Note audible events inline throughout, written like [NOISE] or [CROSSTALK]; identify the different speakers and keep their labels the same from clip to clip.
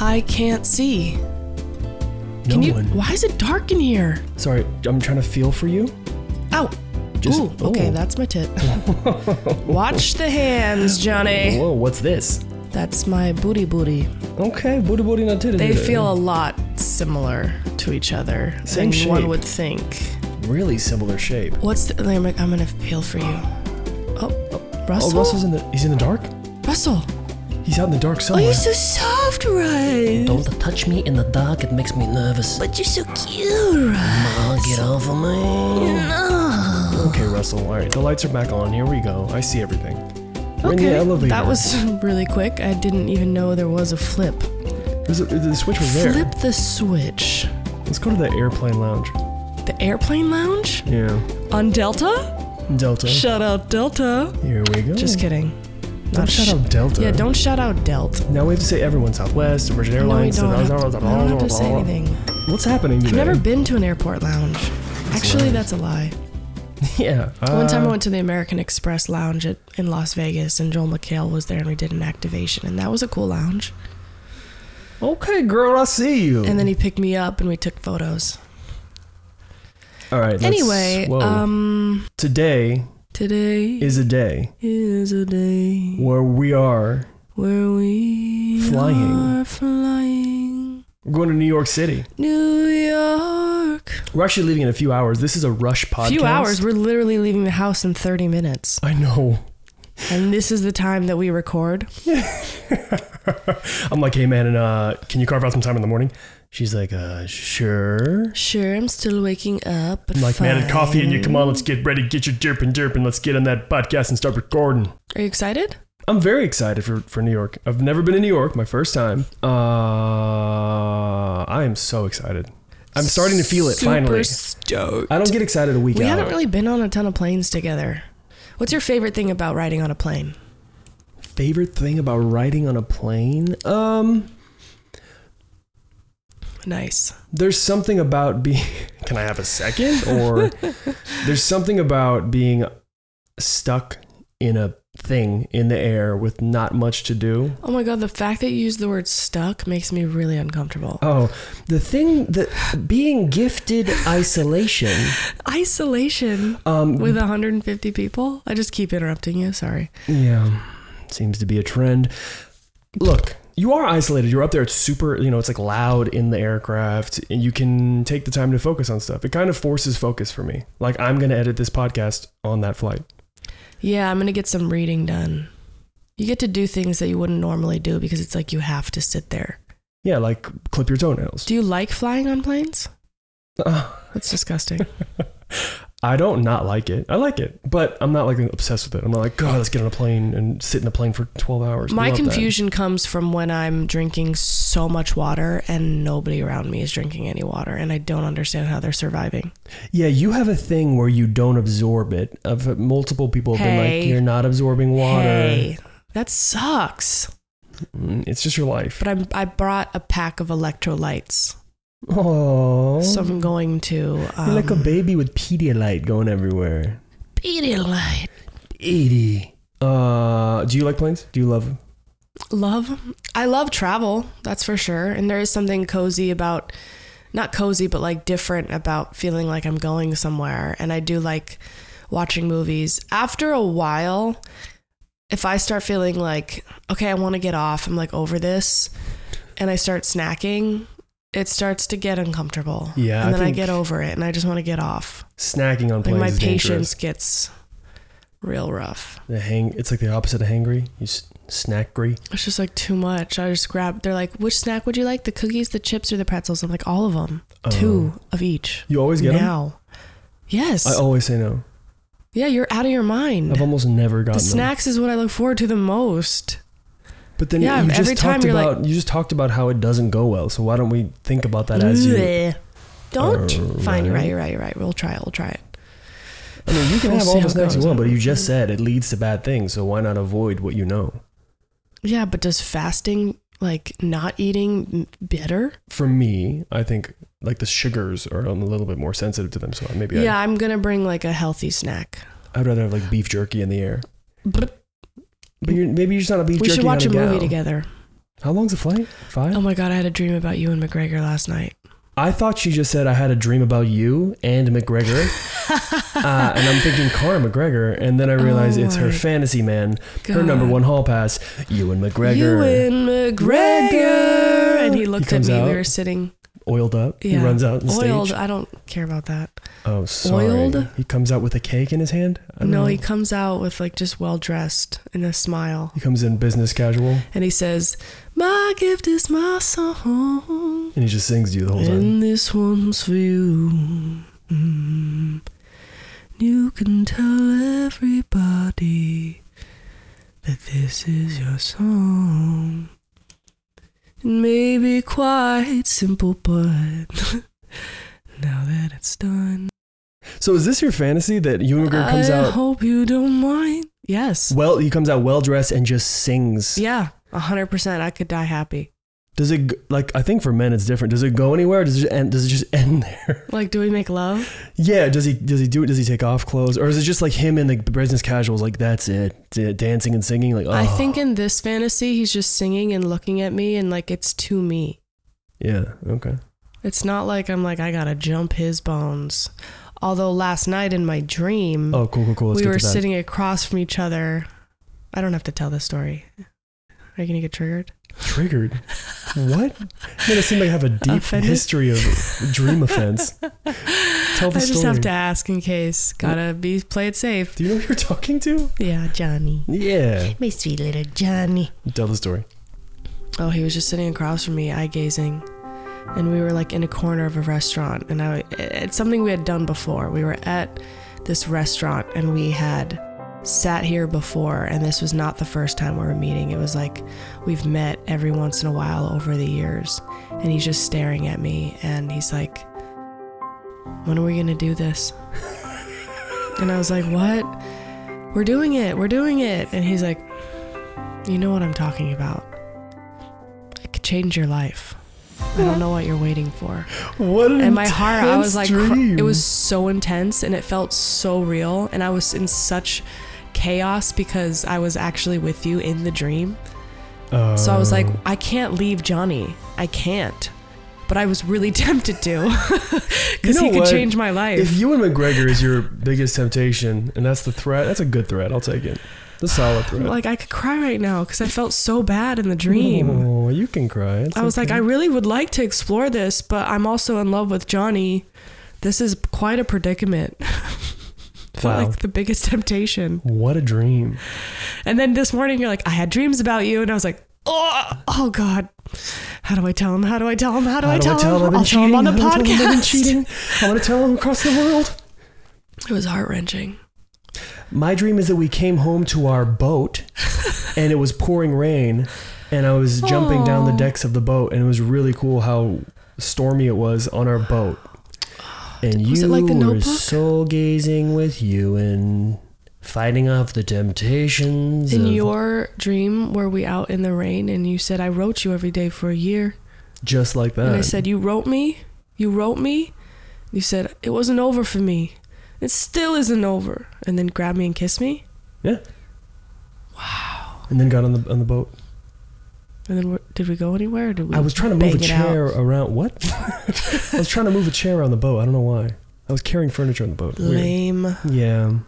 Speaker 1: I can't see.
Speaker 2: No
Speaker 1: Can you?
Speaker 2: one.
Speaker 1: Why is it dark in here?
Speaker 2: Sorry, I'm trying to feel for you.
Speaker 1: Ow.
Speaker 2: Just-
Speaker 1: Ooh, okay,
Speaker 2: oh.
Speaker 1: that's my
Speaker 2: [LAUGHS]
Speaker 1: tip. Watch the hands, Johnny.
Speaker 2: Whoa, what's this?
Speaker 1: That's my booty booty.
Speaker 2: Okay, booty booty not titty.
Speaker 1: They
Speaker 2: titty.
Speaker 1: feel a lot similar to each other
Speaker 2: Same
Speaker 1: than one
Speaker 2: shape.
Speaker 1: would think.
Speaker 2: really similar shape.
Speaker 1: What's the? I'm, like, I'm gonna peel for you. Oh, oh,
Speaker 2: Oh,
Speaker 1: Russell.
Speaker 2: Russell's Oh, in the he's in the dark.
Speaker 1: Russell.
Speaker 2: He's out in the dark
Speaker 1: Oh,
Speaker 2: somewhere.
Speaker 1: you're so soft, Russ.
Speaker 3: Don't touch me in the dark, it makes me nervous.
Speaker 1: But you're so cute, Russ.
Speaker 3: Oh, get off of me.
Speaker 1: No.
Speaker 2: okay, Russell. All right, the lights are back on. Here we go. I see everything. We're in the elevator.
Speaker 1: that was [LAUGHS] really quick. I didn't even know there was a flip.
Speaker 2: There's a- the switch was there.
Speaker 1: Flip the switch.
Speaker 2: Let's go to the airplane lounge.
Speaker 1: The airplane lounge
Speaker 2: Yeah,
Speaker 1: on Delta.
Speaker 2: Delta.
Speaker 1: Shout out Delta.
Speaker 2: Here we go.
Speaker 1: Just kidding.
Speaker 2: Don't
Speaker 1: Not
Speaker 2: shout
Speaker 1: sh-
Speaker 2: out Delta.
Speaker 1: Yeah, don't shout out Delta.
Speaker 2: Now we have to say everyone Southwest, Virgin
Speaker 1: No, we
Speaker 2: Airlines.
Speaker 1: don't. Have,
Speaker 2: blah,
Speaker 1: I
Speaker 2: blah,
Speaker 1: don't
Speaker 2: blah,
Speaker 1: have to
Speaker 2: blah,
Speaker 1: say
Speaker 2: blah.
Speaker 1: anything.
Speaker 2: What's happening today?
Speaker 1: I've never been to an airport lounge. Actually, that's a lie.
Speaker 2: [LAUGHS] Yeah. Uh,
Speaker 1: One time I went to the American Express Lounge at, in Las Vegas, and Joel McHale was there, and we did an activation, and that was a cool lounge.
Speaker 2: Okay, girl, I see you.
Speaker 1: And then he picked me up, and we took photos.
Speaker 2: All right. let's-
Speaker 1: anyway,
Speaker 2: whoa.
Speaker 1: um,
Speaker 2: today
Speaker 1: today
Speaker 2: is a day
Speaker 1: is a day
Speaker 2: where we are
Speaker 1: where we
Speaker 2: Flying.
Speaker 1: are flying.
Speaker 2: we're going to New York City.
Speaker 1: New York.
Speaker 2: We're actually leaving in a few hours. This is a rush podcast.
Speaker 1: Few hours. We're literally leaving the house in 30 minutes,
Speaker 2: I know.
Speaker 1: and this is the time that we record.
Speaker 2: I'm like, hey man, and uh, can you carve out some time in the morning? She's like, uh, sure.
Speaker 1: Sure, I'm still waking up, but
Speaker 2: I'm like, man, I had coffee and you.
Speaker 1: fine.
Speaker 2: Come on, let's get ready, get your derp and derp, and let's get on that podcast and start recording.
Speaker 1: Are you excited?
Speaker 2: I'm very excited for, for New York. I've never been in New York, my first time. Uh, I am so excited. I'm starting to feel it
Speaker 1: Super
Speaker 2: finally.
Speaker 1: Stoked.
Speaker 2: I don't get excited a week
Speaker 1: we
Speaker 2: out.
Speaker 1: haven't really been on a ton of planes together. What's your favorite thing about riding on a plane?
Speaker 2: Favorite thing about riding on a plane? Um,
Speaker 1: Nice.
Speaker 2: there's something about being. [LAUGHS] Can I have a second? Or there's something about being stuck in a thing in the air with not much to do.
Speaker 1: Oh my god, the fact that you use the word stuck makes me really uncomfortable.
Speaker 2: Oh, the thing that being gifted isolation.
Speaker 1: Isolation
Speaker 2: Um,
Speaker 1: with 150 people? I just keep interrupting you, sorry.
Speaker 2: Yeah, seems to be a trend. Look, you are isolated. You're up there. It's super, you know, it's like loud in the aircraft, and you can take the time to focus on stuff. It kind of forces focus for me. Like, I'm going to edit this podcast on that flight.
Speaker 1: Yeah, I'm going to get some reading done. You get to do things that you wouldn't normally do because it's like you have to sit there.
Speaker 2: Yeah, like clip your toenails.
Speaker 1: Do you like flying on planes?
Speaker 2: Uh,
Speaker 1: That's disgusting.
Speaker 2: [LAUGHS] I don't not like it. I like it, but I'm not like obsessed with it. I'm not like, God, let's get on a plane and sit in a plane for 12 hours.
Speaker 1: My
Speaker 2: Love that.
Speaker 1: confusion comes from when I'm drinking so much water and nobody around me is drinking any water, and I don't understand how they're surviving.
Speaker 2: Yeah, you have a thing where you don't absorb it. Of multiple people have been like,
Speaker 1: Hey.
Speaker 2: you're not absorbing water.
Speaker 1: Hey, that sucks.
Speaker 2: Mm, It's just your life.
Speaker 1: But I'm, I brought a pack of electrolytes,
Speaker 2: Oh,
Speaker 1: so I'm going to um,
Speaker 2: like a baby with Pedialyte going everywhere.
Speaker 1: Pedialyte.
Speaker 2: Eighty. Uh, do you like planes? Do you love?
Speaker 1: Love, I love travel. That's for sure. And there is something cozy about, not cozy, but like different about feeling like I'm going somewhere. And I do like watching movies. After a while, if I start feeling like, okay, I want to get off, I'm like over this, and I start snacking, it starts to get uncomfortable.
Speaker 2: Yeah, I
Speaker 1: And then I
Speaker 2: think-
Speaker 1: get over it and I just want to get off.
Speaker 2: Snacking on
Speaker 1: Like
Speaker 2: planes
Speaker 1: my
Speaker 2: is
Speaker 1: patience
Speaker 2: dangerous.
Speaker 1: gets real rough.
Speaker 2: The hang. It's like the opposite of hangry. You s- snackry.
Speaker 1: It's just like too much. I just grab. They're like, which snack would you like? The cookies, the chips, or the pretzels? I'm like, all of them. Two of each.
Speaker 2: Um, You Oh. always get 'em?
Speaker 1: now. Yes.
Speaker 2: I always say no.
Speaker 1: yeah, you're out of your mind.
Speaker 2: I've almost never gotten
Speaker 1: the
Speaker 2: them.
Speaker 1: snacks is what I look forward to the most.
Speaker 2: But then
Speaker 1: Yeah,
Speaker 2: you just
Speaker 1: every time
Speaker 2: talked
Speaker 1: you're like-
Speaker 2: about you just talked about how it doesn't go well. So why don't we think about that as you?
Speaker 1: Bleh. Don't.
Speaker 2: Alright.
Speaker 1: Fine. You're right. You're right. You're right. We'll try it. We'll try it.
Speaker 2: I mean, you can
Speaker 1: We'll
Speaker 2: have
Speaker 1: see
Speaker 2: all
Speaker 1: how
Speaker 2: the
Speaker 1: it
Speaker 2: snacks you
Speaker 1: goes.
Speaker 2: want, but you just said it leads to bad things. So why not avoid what you know?
Speaker 1: Yeah, but does fasting like not eating m- better?
Speaker 2: For me, I think like the sugars are I'm a little bit more sensitive to them. So maybe
Speaker 1: Yeah,
Speaker 2: I
Speaker 1: I'm gonna bring like a healthy snack.
Speaker 2: I'd rather have like beef jerky in the air.
Speaker 1: But
Speaker 2: But you're, maybe you're just not a beef
Speaker 1: we
Speaker 2: jerky.
Speaker 1: should watch a
Speaker 2: kind of
Speaker 1: movie
Speaker 2: gal.
Speaker 1: together.
Speaker 2: How long's the flight? Five?
Speaker 1: Oh my god, I had a dream about you and McGregor last night.
Speaker 2: I thought she just said I had a dream about you and McGregor,
Speaker 1: [LAUGHS]
Speaker 2: uh, and I'm thinking Conor McGregor, and then I realize
Speaker 1: Oh
Speaker 2: it's her
Speaker 1: my
Speaker 2: fantasy man, her number
Speaker 1: God.
Speaker 2: one hall pass, Ewan McGregor,
Speaker 1: You and McGregor, and he looked at
Speaker 2: comes
Speaker 1: me.
Speaker 2: out.
Speaker 1: We were sitting.
Speaker 2: oiled up.
Speaker 1: Yeah,
Speaker 2: He runs out on
Speaker 1: oiled.
Speaker 2: stage.
Speaker 1: I don't care about that.
Speaker 2: Oh, sorry.
Speaker 1: Oiled?
Speaker 2: He comes out with a cake in his hand. I don't
Speaker 1: No,
Speaker 2: know.
Speaker 1: he comes out with like just well dressed and a smile,
Speaker 2: he comes in business casual,
Speaker 1: and he says, "My gift is my song,
Speaker 2: and he just sings to you the whole time.
Speaker 1: and this one's for you." Mm. You can tell everybody that this is your song. It may be quite simple, but [LAUGHS] now that it's done,
Speaker 2: So is this your fantasy that Ewan McGregor comes
Speaker 1: I
Speaker 2: out
Speaker 1: hope you don't mind. Yes.
Speaker 2: well? He comes out well dressed and just sings.
Speaker 1: Yeah, a hundred percent. I could die happy.
Speaker 2: Does it g- like I think for men it's different? Does it go anywhere? Or does it just end, does it just [LAUGHS] end there?
Speaker 1: Like, do we make love?
Speaker 2: Yeah, does he does he do it? Does he take off clothes, or is it just like him in the business casuals? Like that's it, D- dancing and singing. Like oh,
Speaker 1: I think in this fantasy, he's just singing and looking at me, and like it's to me.
Speaker 2: yeah, okay.
Speaker 1: It's not like I'm like I gotta jump his bones. Although last night in my dream,
Speaker 2: Oh, cool, cool, cool. Let's
Speaker 1: we
Speaker 2: get
Speaker 1: were
Speaker 2: to that.
Speaker 1: sitting across from each other. I don't have to tell this story. Are you gonna get triggered?
Speaker 2: triggered.
Speaker 1: [LAUGHS]
Speaker 2: what? Man, it seemed like I have a deep
Speaker 1: Offended?
Speaker 2: history of [LAUGHS] dream offense.
Speaker 1: [LAUGHS]
Speaker 2: Tell the
Speaker 1: I
Speaker 2: story.
Speaker 1: just have to ask in case. Gotta be play it safe.
Speaker 2: [LAUGHS] Do you know who you're talking to?
Speaker 1: Yeah, Johnny,
Speaker 2: Yeah.
Speaker 1: my sweet little Johnny.
Speaker 2: Tell the story.
Speaker 1: Oh, he was just sitting across from me, eye gazing. And we were like in a corner of a restaurant. And I, it's something we had done before. We were at this restaurant and we had sat here before. And this was not the first time we were meeting. It was like we've met every once in a while over the years. And he's just staring at me and he's like, When are we going to do this? [LAUGHS] and I was like, What? We're doing it. We're doing it. And he's like, You know what I'm talking about. It could change your life. I don't know what you're waiting for.
Speaker 2: What an
Speaker 1: And my heart, I was like,
Speaker 2: intense
Speaker 1: cr-
Speaker 2: dream.
Speaker 1: it was so intense and it felt so real. And I was in such chaos because I was actually with you in the dream. So I was like,
Speaker 2: Oh.
Speaker 1: I can't leave Johnny. I can't. But I was really [LAUGHS] tempted to because
Speaker 2: know
Speaker 1: he could
Speaker 2: what?
Speaker 1: change my life.
Speaker 2: If you and McGregor is your biggest temptation, and that's the threat, that's a good threat. I'll take it. The solid threat.
Speaker 1: like, I could cry right now because I felt so bad in the dream.
Speaker 2: Oh, you can cry. It's
Speaker 1: I was like,
Speaker 2: okay.
Speaker 1: I really would like to explore this, but I'm also in love with Johnny. This is quite a predicament. Felt
Speaker 2: Wow.
Speaker 1: like the biggest [LAUGHS] temptation.
Speaker 2: What a dream.
Speaker 1: And then this morning, you're like, I had dreams about you. And I was like, oh, oh God. How do I tell him? How do I tell him? How do, I, tell him? I'll tell him on the
Speaker 2: I've been
Speaker 1: podcast. [LAUGHS]
Speaker 2: cheating. I'm going to tell him across the world.
Speaker 1: It was heart wrenching.
Speaker 2: My dream is that we came home to
Speaker 1: [LAUGHS]
Speaker 2: our boat and it was pouring rain and I was jumping down the
Speaker 1: Aw.
Speaker 2: decks of the boat and it was really cool how stormy it was on our boat. And
Speaker 1: Was
Speaker 2: you
Speaker 1: it like The
Speaker 2: were
Speaker 1: Notebook?
Speaker 2: soul gazing with you and
Speaker 3: Fighting off the temptations.
Speaker 1: In
Speaker 3: of-
Speaker 1: your dream, were we out in the rain? And you said, I wrote you every day for a year.
Speaker 2: just like that.
Speaker 1: And I said, You wrote me? You wrote me? You said, It wasn't over for me. It still isn't over. And then grabbed me and kissed me.
Speaker 2: yeah. Wow. And then got on the on the boat.
Speaker 1: And then we're- did we go anywhere? Or did we
Speaker 2: I was trying to move a
Speaker 1: bang it out?
Speaker 2: chair around. What? [LAUGHS] I was trying to move a chair around the boat. I don't know why. I was carrying furniture on the boat. Weird.
Speaker 1: Lame,
Speaker 2: Yeah.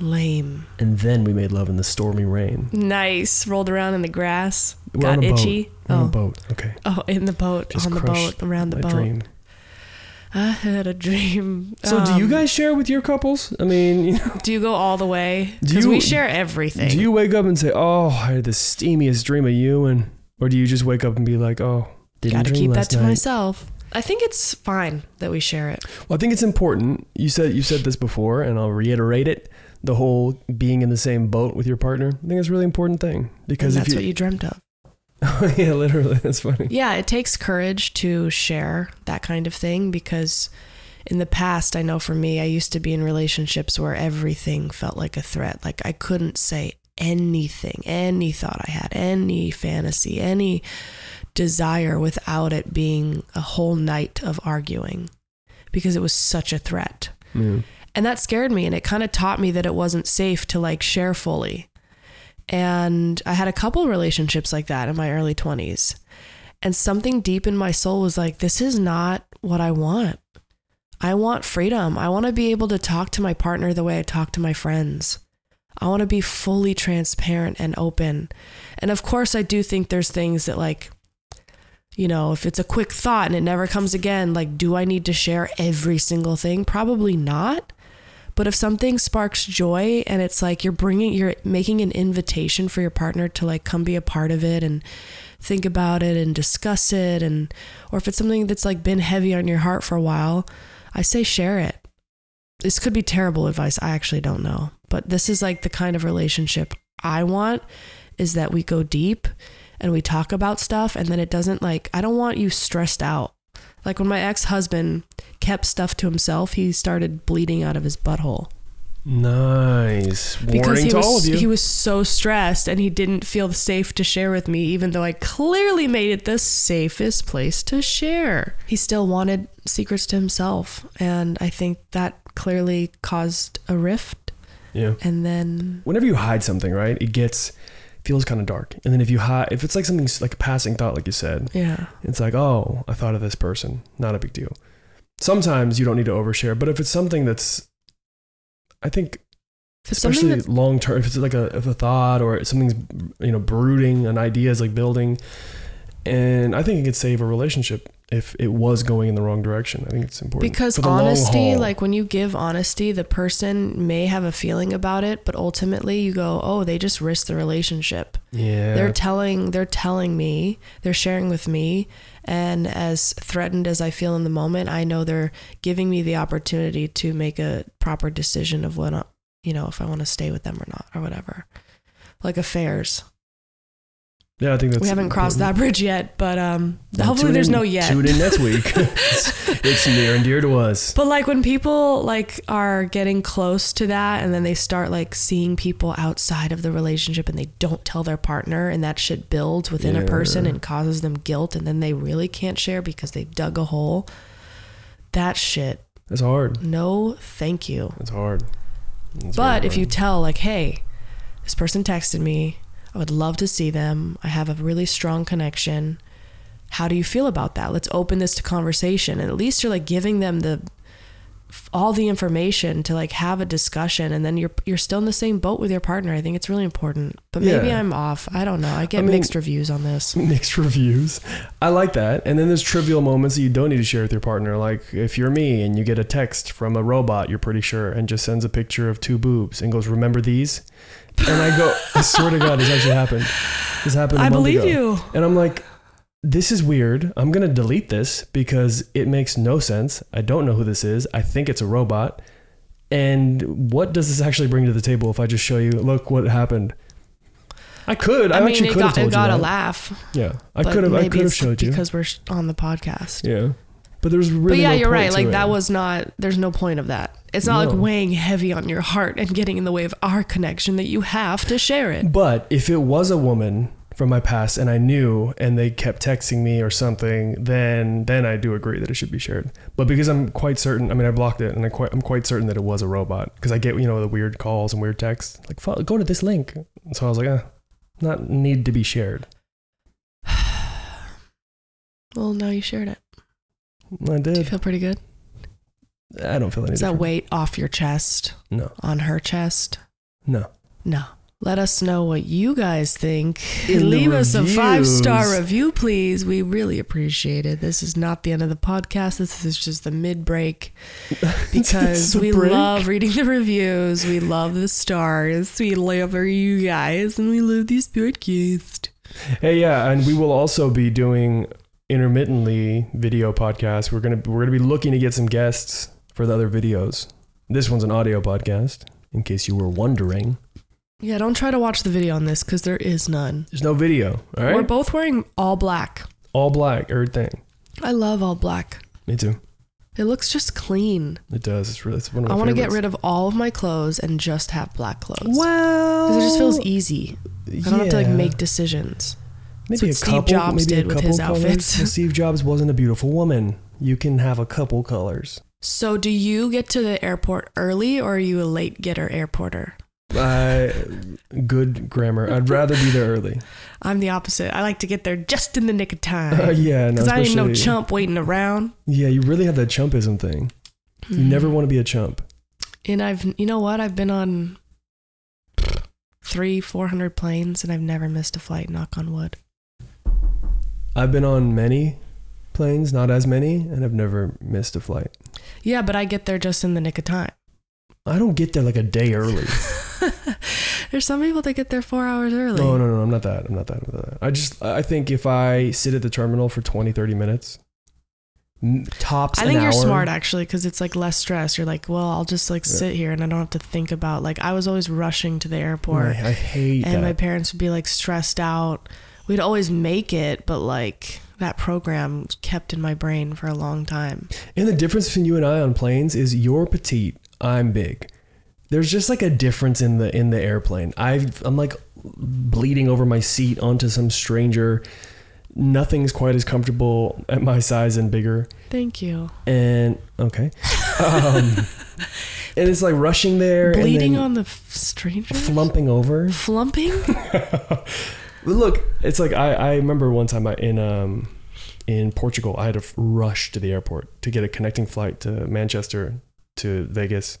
Speaker 1: lame.
Speaker 2: And then we made love in the stormy rain.
Speaker 1: Nice. Rolled around in the grass.
Speaker 2: We're
Speaker 1: got
Speaker 2: on a
Speaker 1: itchy.
Speaker 2: boat. We're
Speaker 1: oh.
Speaker 2: on a boat. Okay.
Speaker 1: Oh, in the boat,
Speaker 2: Just
Speaker 1: on the
Speaker 2: crushed
Speaker 1: boat, around the
Speaker 2: My
Speaker 1: boat.
Speaker 2: dream.
Speaker 1: I had a dream.
Speaker 2: So do you
Speaker 1: Um,
Speaker 2: guys share with your couples? I mean, you know,
Speaker 1: do you go all the way?
Speaker 2: Do
Speaker 1: Because
Speaker 2: you-
Speaker 1: we share everything.
Speaker 2: do you wake up and say, "Oh, I had the steamiest dream of you," and or do you just wake up and be like, "Oh, didn't
Speaker 1: Gotta
Speaker 2: dream
Speaker 1: keep that
Speaker 2: last
Speaker 1: to
Speaker 2: night."
Speaker 1: myself. I think it's fine that we share it.
Speaker 2: Well, I think it's important. You said you said this before, and I'll reiterate it. The whole being in the same boat with your partner, I think it's a really important thing
Speaker 1: Because
Speaker 2: because
Speaker 1: that's
Speaker 2: if
Speaker 1: what you dreamt of.
Speaker 2: [LAUGHS] yeah, literally, that's [LAUGHS] funny.
Speaker 1: Yeah, it takes courage to share that kind of thing because in the past, I know for me, I used to be in relationships where everything felt like a threat. Like I couldn't say anything, any thought I had, any fantasy, any desire without it being a whole night of arguing because it was such a threat.
Speaker 2: Yeah.
Speaker 1: And that scared me and it kind of taught me that it wasn't safe to like share fully. And I had a couple relationships like that in my early 20s. And something deep in my soul was like, this is not what I want. I want freedom. I want to be able to talk to my partner the way I talk to my friends. I want to be fully transparent and open. And of course, I do think there's things that, like, you know, if it's a quick thought and it never comes again, like, do I need to share every single thing? Probably not. But if something sparks joy and it's like you're bringing, you're making an invitation for your partner to like come be a part of it and think about it and discuss it, and, or if it's something that's like been heavy on your heart for a while, I say share it. This could be terrible advice. I actually don't know. But this is like the kind of relationship I want is that we go deep and we talk about stuff and then it doesn't like I don't want you stressed out. Like when my ex-husband kept stuff to himself, he started bleeding out of his butthole
Speaker 2: Nice. Warning
Speaker 1: because he
Speaker 2: to
Speaker 1: was
Speaker 2: all of you.
Speaker 1: he was so stressed and he didn't feel safe to share with me even though I clearly made it the safest place to share. He still wanted secrets to himself and I think that clearly caused a rift
Speaker 2: yeah.
Speaker 1: and then
Speaker 2: Whenever you hide something, right, it gets feels kind of dark. And then if you hide, if it's like something s- like a passing thought, like you said,
Speaker 1: yeah.
Speaker 2: it's like, oh, I thought of this person. Not a big deal. Sometimes you don't need to overshare, but if it's something that's, I think,
Speaker 1: If it's something
Speaker 2: especially
Speaker 1: that
Speaker 2: long term, if it's like a, if a thought or something's you know brooding, an idea is like building, and I think it could save a relationship if it was going in the wrong direction. I think it's important
Speaker 1: because
Speaker 2: for the long
Speaker 1: honesty
Speaker 2: haul.
Speaker 1: like when you give honesty the person may have a feeling about it but ultimately you go oh they just risked the relationship
Speaker 2: yeah,
Speaker 1: they're telling they're telling me they're sharing with me and as threatened as i feel in the moment i know they're giving me the opportunity to make a proper decision of what I- you know if i want to stay with them or not or whatever like affairs
Speaker 2: yeah, I think that's
Speaker 1: we haven't crossed
Speaker 2: important.
Speaker 1: that bridge yet but um
Speaker 2: Well,
Speaker 1: hopefully
Speaker 2: tune
Speaker 1: there's
Speaker 2: in-
Speaker 1: no yet
Speaker 2: Tune in
Speaker 1: [LAUGHS]
Speaker 2: next week. it's, it's near and dear to us.
Speaker 1: But like when people like are getting close to that and then they start like seeing people outside of the relationship and they don't tell their partner and that shit builds within a person
Speaker 2: Yeah.
Speaker 1: and causes them guilt and then they really can't share because they've dug a hole. That shit.
Speaker 2: That's hard.
Speaker 1: No, thank you.
Speaker 2: That's hard. That's
Speaker 1: But
Speaker 2: very [LAUGHS]
Speaker 1: if you
Speaker 2: hard.
Speaker 1: tell like, "Hey, this person texted me. I would love to see them. I have a really strong connection. How do you feel about that? Let's open this to conversation." And at least you're like giving them the all the information to like have a discussion and then you're you're still in the same boat with your partner. I think it's really important. But maybe
Speaker 2: Yeah.
Speaker 1: I'm off. I don't know. I get
Speaker 2: mean-
Speaker 1: mixed reviews on this.
Speaker 2: mixed reviews, I like that. And then there's trivial moments that you don't need to share with your partner. Like if you're me and you get a text from a robot, you're pretty sure, and just sends a picture of two boobs and goes, "Remember these." And I go, I swear to God, this actually happened. This happened. I
Speaker 1: I believe you.
Speaker 2: And I'm like, this is weird. I'm going to delete this because it makes no sense. I don't know who this is. I think it's a robot. And what does this actually bring to the table if I just show you, look what happened? I could. I,
Speaker 1: I, mean,
Speaker 2: actually
Speaker 1: it
Speaker 2: could have
Speaker 1: got
Speaker 2: told
Speaker 1: it got
Speaker 2: you
Speaker 1: a
Speaker 2: that.
Speaker 1: laugh.
Speaker 2: Yeah. I
Speaker 1: but
Speaker 2: could have I
Speaker 1: maybe
Speaker 2: could have
Speaker 1: it's
Speaker 2: showed you.
Speaker 1: because we're sh- on the podcast.
Speaker 2: Yeah. But there's really
Speaker 1: but yeah,
Speaker 2: no
Speaker 1: you're
Speaker 2: point
Speaker 1: right.
Speaker 2: to
Speaker 1: Like
Speaker 2: it.
Speaker 1: that was not. There's no point of that. It's not
Speaker 2: No.
Speaker 1: like weighing heavy on your heart and getting in the way of our connection that you have to share it.
Speaker 2: But if it was a woman from my past and I knew and they kept texting me or something, then then I do agree that it should be shared. But because I'm quite certain, I mean, I blocked it and I quite, I'm quite certain that it was a robot because I get you know the weird calls and weird texts like "Fo- go to this link. And so I was like, eh, not need to be shared.
Speaker 1: Well, now you shared it.
Speaker 2: And I
Speaker 1: Do you
Speaker 2: did.
Speaker 1: feel pretty good?
Speaker 2: I don't feel any.
Speaker 1: Is that
Speaker 2: different.
Speaker 1: weight off your chest?
Speaker 2: No.
Speaker 1: On her chest?
Speaker 2: No.
Speaker 1: No. Let us know what you guys think.
Speaker 2: In the
Speaker 1: Leave us a
Speaker 2: reviews.
Speaker 1: five star review, please. We really appreciate it. This is not the end of the podcast. This is just the mid break because
Speaker 2: [LAUGHS] It's a
Speaker 1: we
Speaker 2: break.
Speaker 1: love reading the reviews. We love the stars. We love you guys, and we love these podcasts.
Speaker 2: Hey, yeah, and we will also be doing intermittently video podcasts. We're gonna we're gonna be looking to get some guests for the other videos. This one's an audio podcast, in case you were wondering.
Speaker 1: Yeah, don't try to watch the video on this because there is none.
Speaker 2: There's no video, all
Speaker 1: We're
Speaker 2: right?
Speaker 1: both wearing all black.
Speaker 2: All black, everything.
Speaker 1: I love all black.
Speaker 2: Me too.
Speaker 1: It looks just clean.
Speaker 2: It does. It's really. It's one of my
Speaker 1: I want to get
Speaker 2: favorites.
Speaker 1: rid of all of my clothes and just have black clothes.
Speaker 2: Well,
Speaker 1: Because it just feels easy. I don't have to like
Speaker 2: yeah.
Speaker 1: make decisions.
Speaker 2: Maybe
Speaker 1: what
Speaker 2: a
Speaker 1: Steve
Speaker 2: couple,
Speaker 1: Jobs
Speaker 2: maybe
Speaker 1: did
Speaker 2: a
Speaker 1: with
Speaker 2: couple
Speaker 1: his
Speaker 2: colors.
Speaker 1: outfits.
Speaker 2: Well, Steve Jobs wasn't a beautiful woman. You can have a couple colors.
Speaker 1: So, do you get to the airport early or are you a late getter airporter?
Speaker 2: I, good grammar. I'd rather be there
Speaker 1: [LAUGHS]
Speaker 2: early.
Speaker 1: I'm the opposite. I like to get there just in the nick of
Speaker 2: Uh, [LAUGHS]
Speaker 1: time.
Speaker 2: yeah, no,
Speaker 1: Because I ain't no
Speaker 2: especially-
Speaker 1: chump waiting around.
Speaker 2: Yeah, you really have that chumpism thing. You
Speaker 1: Mm-hmm.
Speaker 2: never want to be a chump.
Speaker 1: And I've, you know what? I've been on three, 400 planes and I've never missed a flight, knock on wood.
Speaker 2: I've been on many planes, not as many, and I've never missed a flight.
Speaker 1: Yeah, but I get there just in the nick of time. [LAUGHS]
Speaker 2: I don't get there like a day early.
Speaker 1: There's some people that get there four hours early.
Speaker 2: No, no, no, I'm not that. I'm not that. I'm not that. I just, I think if I sit at the terminal for 20, 30 minutes, n- tops
Speaker 1: I think
Speaker 2: an
Speaker 1: you're
Speaker 2: hour,
Speaker 1: smart actually because it's like less stress. You're like, well, I'll just like
Speaker 2: Yeah.
Speaker 1: sit here and I don't have to think about like I was always rushing to the airport
Speaker 2: I, I hate
Speaker 1: and my
Speaker 2: that.
Speaker 1: parents would be like stressed out. We'd always make it, but like that program kept in my brain for a long time.
Speaker 2: and the difference between you and I on planes is you're petite, I'm big. There's just like a difference in the in the airplane. I've, I'm like bleeding over my seat onto some stranger. Nothing's quite as comfortable at my size and bigger.
Speaker 1: Thank you.
Speaker 2: And
Speaker 1: [LAUGHS]
Speaker 2: okay, um, and it's like rushing there,
Speaker 1: Bleeding
Speaker 2: and then
Speaker 1: on the f- stranger?
Speaker 2: flumping over.
Speaker 1: Flumping?
Speaker 2: But look, it's like I, I remember one time I, in um in Portugal, I had to rush to the airport to get a connecting flight to Manchester to Vegas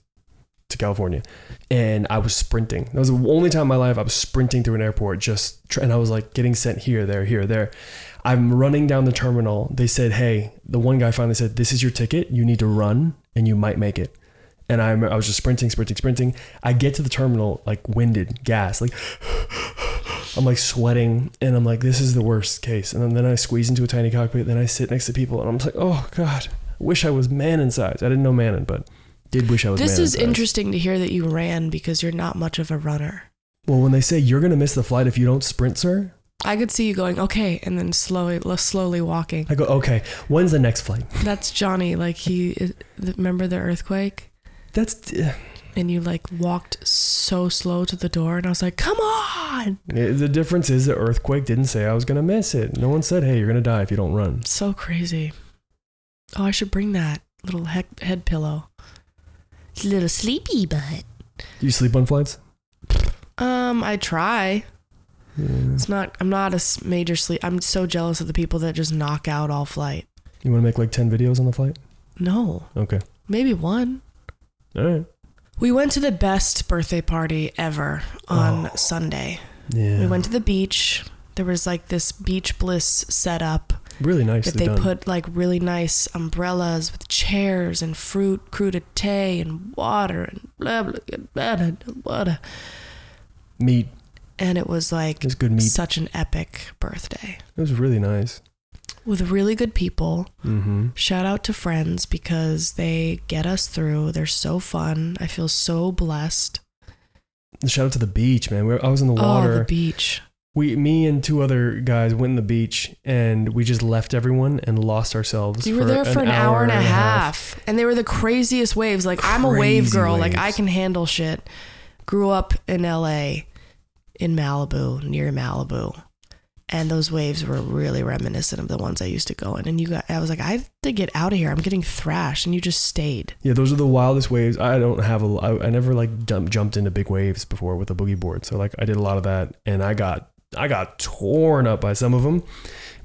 Speaker 2: to California, and I was sprinting. That was the only time in my life I was sprinting through an airport, just tr- and I was like getting sent here, there, here, there. I'm running down the terminal. They said, "Hey," the one guy finally said, "This is your ticket. You need to run, and you might make it." And I, remember- I was just sprinting, sprinting, sprinting. I get to the terminal like winded, gas, like [SIGHS] I'm like sweating and I'm like, this is the worst case. And then, then I squeeze into a tiny cockpit. Then I sit next to people and I'm just like, oh God, wish I was Manning size. I didn't know Manning, but did wish I was
Speaker 1: This
Speaker 2: Manning
Speaker 1: is
Speaker 2: size.
Speaker 1: interesting to hear that you ran because you're not much of a runner.
Speaker 2: Well, when they say you're going to miss the flight if you don't sprint, sir,
Speaker 1: I could see you going, okay, and then slowly, slowly walking.
Speaker 2: I go, okay, when's the next flight?
Speaker 1: That's Johnny. Like he remember the earthquake,
Speaker 2: That's, eh,
Speaker 1: and you like walked so slow to the door, and I was like, "Come on!"
Speaker 2: the difference is the earthquake didn't say I was going to miss it. No one said, hey, you're going to die if you don't run.
Speaker 1: So crazy. Oh, I should bring that little he- head pillow.
Speaker 4: It's a little sleepy, but
Speaker 2: You sleep on flights?
Speaker 1: Um, I try.
Speaker 2: Yeah.
Speaker 1: It's not. I'm not a s- major sleep. I'm so jealous of the people that just knock out all flight.
Speaker 2: You want to make like 10 videos on the flight?
Speaker 1: No,
Speaker 2: Okay.
Speaker 1: maybe one.
Speaker 2: All right.
Speaker 1: We went to the best birthday party ever on
Speaker 2: Oh.
Speaker 1: Sunday.
Speaker 2: Yeah.
Speaker 1: We went to the beach. There was like this beach bliss setup.
Speaker 2: really nicely
Speaker 1: that they
Speaker 2: done.
Speaker 1: put like really nice umbrellas with chairs and fruit crudité and water and blah blah blah blah, blah, blah, blah.
Speaker 2: meat.
Speaker 1: and it was like
Speaker 2: It's good meat.
Speaker 1: such an epic birthday
Speaker 2: It was really nice.
Speaker 1: with really good people
Speaker 2: Mm-hmm.
Speaker 1: shout out to friends because they get us through they're so fun i feel so blessed
Speaker 2: Shout out to the beach, man. We were, I was in the
Speaker 1: oh the
Speaker 2: water.
Speaker 1: beach
Speaker 2: we, me, and two other guys went in the beach, and we just left everyone and lost ourselves.
Speaker 1: you were there for an, hour, and a
Speaker 2: half.
Speaker 1: half. and they were the craziest waves like i'm a wave
Speaker 2: Crazy
Speaker 1: girl like
Speaker 2: waves.
Speaker 1: i can handle shit grew up in la in malibu near malibu and those waves were really reminiscent of the ones i used to go in and you got i was like i have to get out of here i'm getting thrashed and you just stayed
Speaker 2: Yeah, those are the wildest waves. I don't have a. I, I never like dump, jumped into big waves before with a boogie board. So like I did a lot of that, and I got I got torn up by some of them.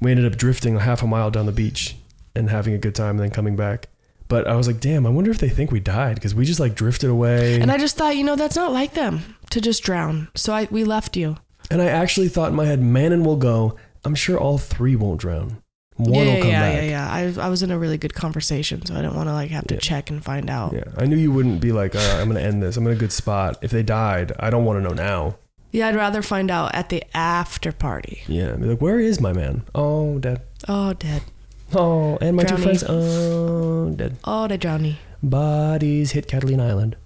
Speaker 2: We ended up drifting a half a mile down the beach and having a good time, and then coming back. But I was like, damn, I wonder if they think we died because we just like drifted away.
Speaker 1: and i just thought you know that's not like them to just drown so i we left you
Speaker 2: And I actually thought in my head, Manon will go. I'm sure all three won't drown. One
Speaker 1: yeah
Speaker 2: will come
Speaker 1: yeah,
Speaker 2: back.
Speaker 1: yeah yeah I, I was in a really good conversation so i didn't want to like have to
Speaker 2: Yeah.
Speaker 1: check and find out
Speaker 2: Yeah, I knew you wouldn't be like, All right, I'm going to end this. I'm in a good spot. If they died, I don't want to know now.
Speaker 1: yeah i'd rather find out at the after party
Speaker 2: Yeah, be like, where is my man? Oh, dead.
Speaker 1: oh dead
Speaker 2: Oh, and my two
Speaker 1: Drowning.
Speaker 2: friends. Oh, dead.
Speaker 1: Oh, they drown me.
Speaker 2: Bodies hit Catalina Island.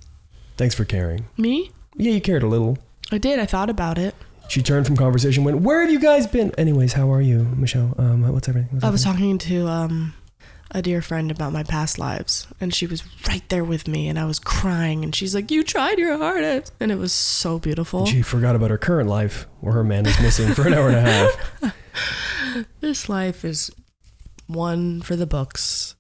Speaker 2: Thanks for caring.
Speaker 1: Me?
Speaker 2: Yeah, you cared a little.
Speaker 1: I did. I thought about it.
Speaker 2: She turned from conversation, went, Where have you guys been? Anyways, how are you, Michelle? Um, what's everything? What's
Speaker 1: I was talking to um, a dear friend about my past lives, and she was right there with me, and I was crying, and she's like, "You tried your hardest," and it was so beautiful.
Speaker 2: She forgot about her current life where her man was missing for an hour and a half.
Speaker 1: [LAUGHS] This life is one for the
Speaker 2: [LAUGHS]
Speaker 1: books.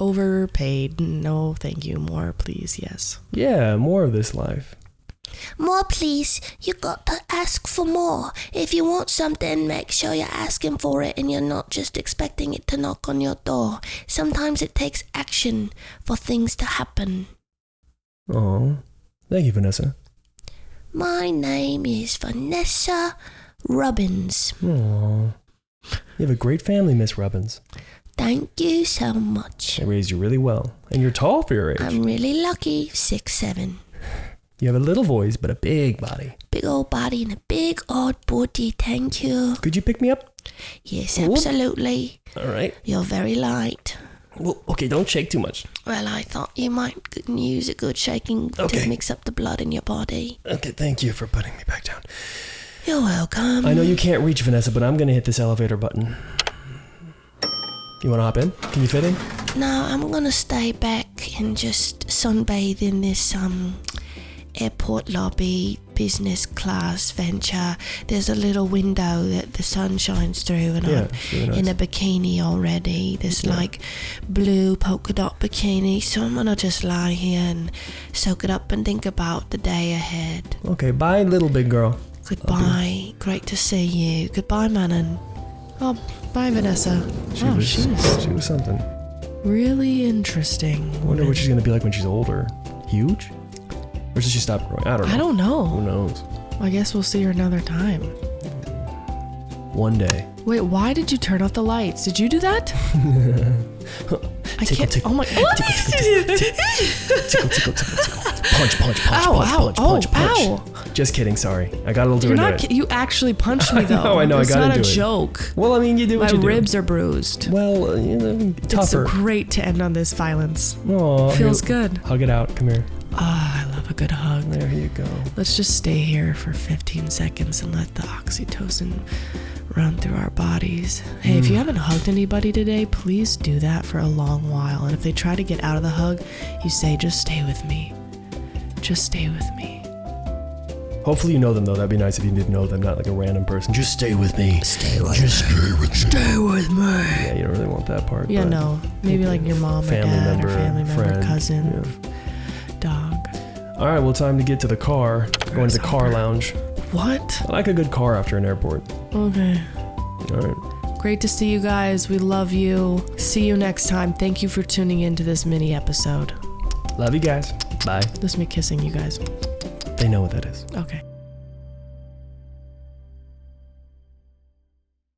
Speaker 1: Overpaid. No, thank you. More, please. Yes.
Speaker 2: Yeah, more of this life.
Speaker 5: More, please. You got to ask for more. If you want something, make sure you're asking for it and you're not just expecting it to knock on your door. Sometimes it takes action for things to happen.
Speaker 2: Oh, thank you, Vanessa.
Speaker 5: My name is Vanessa Robbins.
Speaker 2: Oh, you have a great family, Miss Robbins.
Speaker 5: Thank you so much.
Speaker 2: They raised you really well, and you're tall for your age.
Speaker 5: I'm really lucky. Six seven.
Speaker 2: you have a little voice, but a big body.
Speaker 5: Big old body and a big old body. Thank you.
Speaker 2: Could you pick me up?
Speaker 5: Yes,
Speaker 2: Whoop.
Speaker 5: absolutely.
Speaker 2: All right.
Speaker 5: You're very light.
Speaker 2: Well, okay, don't shake too much.
Speaker 5: Well, I thought you might g- use a good shaking
Speaker 2: Okay.
Speaker 5: to mix up the blood in your body.
Speaker 2: Okay, thank you for putting me back down.
Speaker 5: You're welcome.
Speaker 2: I know you can't reach Vanessa, but I'm gonna hit this elevator button. You wanna hop in? Can you fit in?
Speaker 5: No, I'm gonna stay back and just sunbathe in this um airport lobby business class venture. There's a little window that the sun shines through, and
Speaker 2: Yeah,
Speaker 5: I'm
Speaker 2: it's really nice.
Speaker 5: in a bikini already. This
Speaker 2: Yeah.
Speaker 5: like blue polka dot bikini. So I'm gonna just lie here and soak it up and think about the day ahead.
Speaker 2: Okay, bye, little big girl.
Speaker 5: Goodbye. Great to see you. Goodbye, Manon.
Speaker 1: Oh, bye, Vanessa.
Speaker 2: She
Speaker 1: oh,
Speaker 2: was
Speaker 1: she was
Speaker 2: she was something.
Speaker 1: really interesting.
Speaker 2: I wonder what she's gonna be like when she's older. Huge? Or does she stop growing? I don't know.
Speaker 1: I don't
Speaker 2: Who
Speaker 1: know.
Speaker 2: knows?
Speaker 1: I guess we'll see her another time.
Speaker 2: One
Speaker 1: [LAUGHS]
Speaker 2: day.
Speaker 1: Wait, why did you turn off the lights? Did you do
Speaker 2: [LAUGHS]
Speaker 1: that? I
Speaker 2: Tickle,
Speaker 1: can't.
Speaker 2: tickle,
Speaker 1: oh my!
Speaker 2: Tickle, tickle, tickle, tickle. Punch, punch, punch,
Speaker 1: Ow,
Speaker 2: punch,
Speaker 1: ow,
Speaker 2: punch,
Speaker 1: oh,
Speaker 2: punch, punch.
Speaker 1: ow.
Speaker 2: Just kidding, sorry. I got a little too
Speaker 1: You're
Speaker 2: into
Speaker 1: not.
Speaker 2: it.
Speaker 1: ki- You actually
Speaker 2: [LAUGHS]
Speaker 1: punched me
Speaker 2: I
Speaker 1: though.
Speaker 2: know, I know, I
Speaker 1: It's
Speaker 2: gotta
Speaker 1: not a
Speaker 2: do it.
Speaker 1: joke.
Speaker 2: Well, I mean, you do
Speaker 1: My
Speaker 2: what you do.
Speaker 1: ribs are bruised.
Speaker 2: Well, uh, you know, tougher.
Speaker 1: It's great to end on this violence.
Speaker 2: Aw,
Speaker 1: Feels
Speaker 2: here,
Speaker 1: good.
Speaker 2: Hug it out. Come here.
Speaker 1: Ah, I love a good hug.
Speaker 2: There you go.
Speaker 1: Let's just stay here for 15 seconds and let the oxytocin run through our bodies. Hey,
Speaker 2: Hmm.
Speaker 1: if you haven't hugged anybody today, please do that for a long while. And if they try to get out of the hug, you say, just stay with me. Just stay with me.
Speaker 2: Hopefully you know them though. That'd be nice if you did know them, not like a random person. Just stay with me. Stay with Just stay with me.
Speaker 1: Stay with me.
Speaker 2: Yeah, you don't really want that part.
Speaker 1: Yeah,
Speaker 2: but
Speaker 1: no. Maybe like your mom or
Speaker 2: family
Speaker 1: dad
Speaker 2: member,
Speaker 1: or family member,
Speaker 2: friend,
Speaker 1: cousin, dog.
Speaker 2: All right, well, time to get to the car. Going to the car lounge.
Speaker 1: What?
Speaker 2: I like a good car after an airport.
Speaker 1: Okay.
Speaker 2: All right.
Speaker 1: Great to see you guys. We love you. See you next time. Thank you for tuning in to this mini episode.
Speaker 2: Love you guys. Bye.
Speaker 1: This is me kissing you guys.
Speaker 2: They know what that is.
Speaker 1: Okay.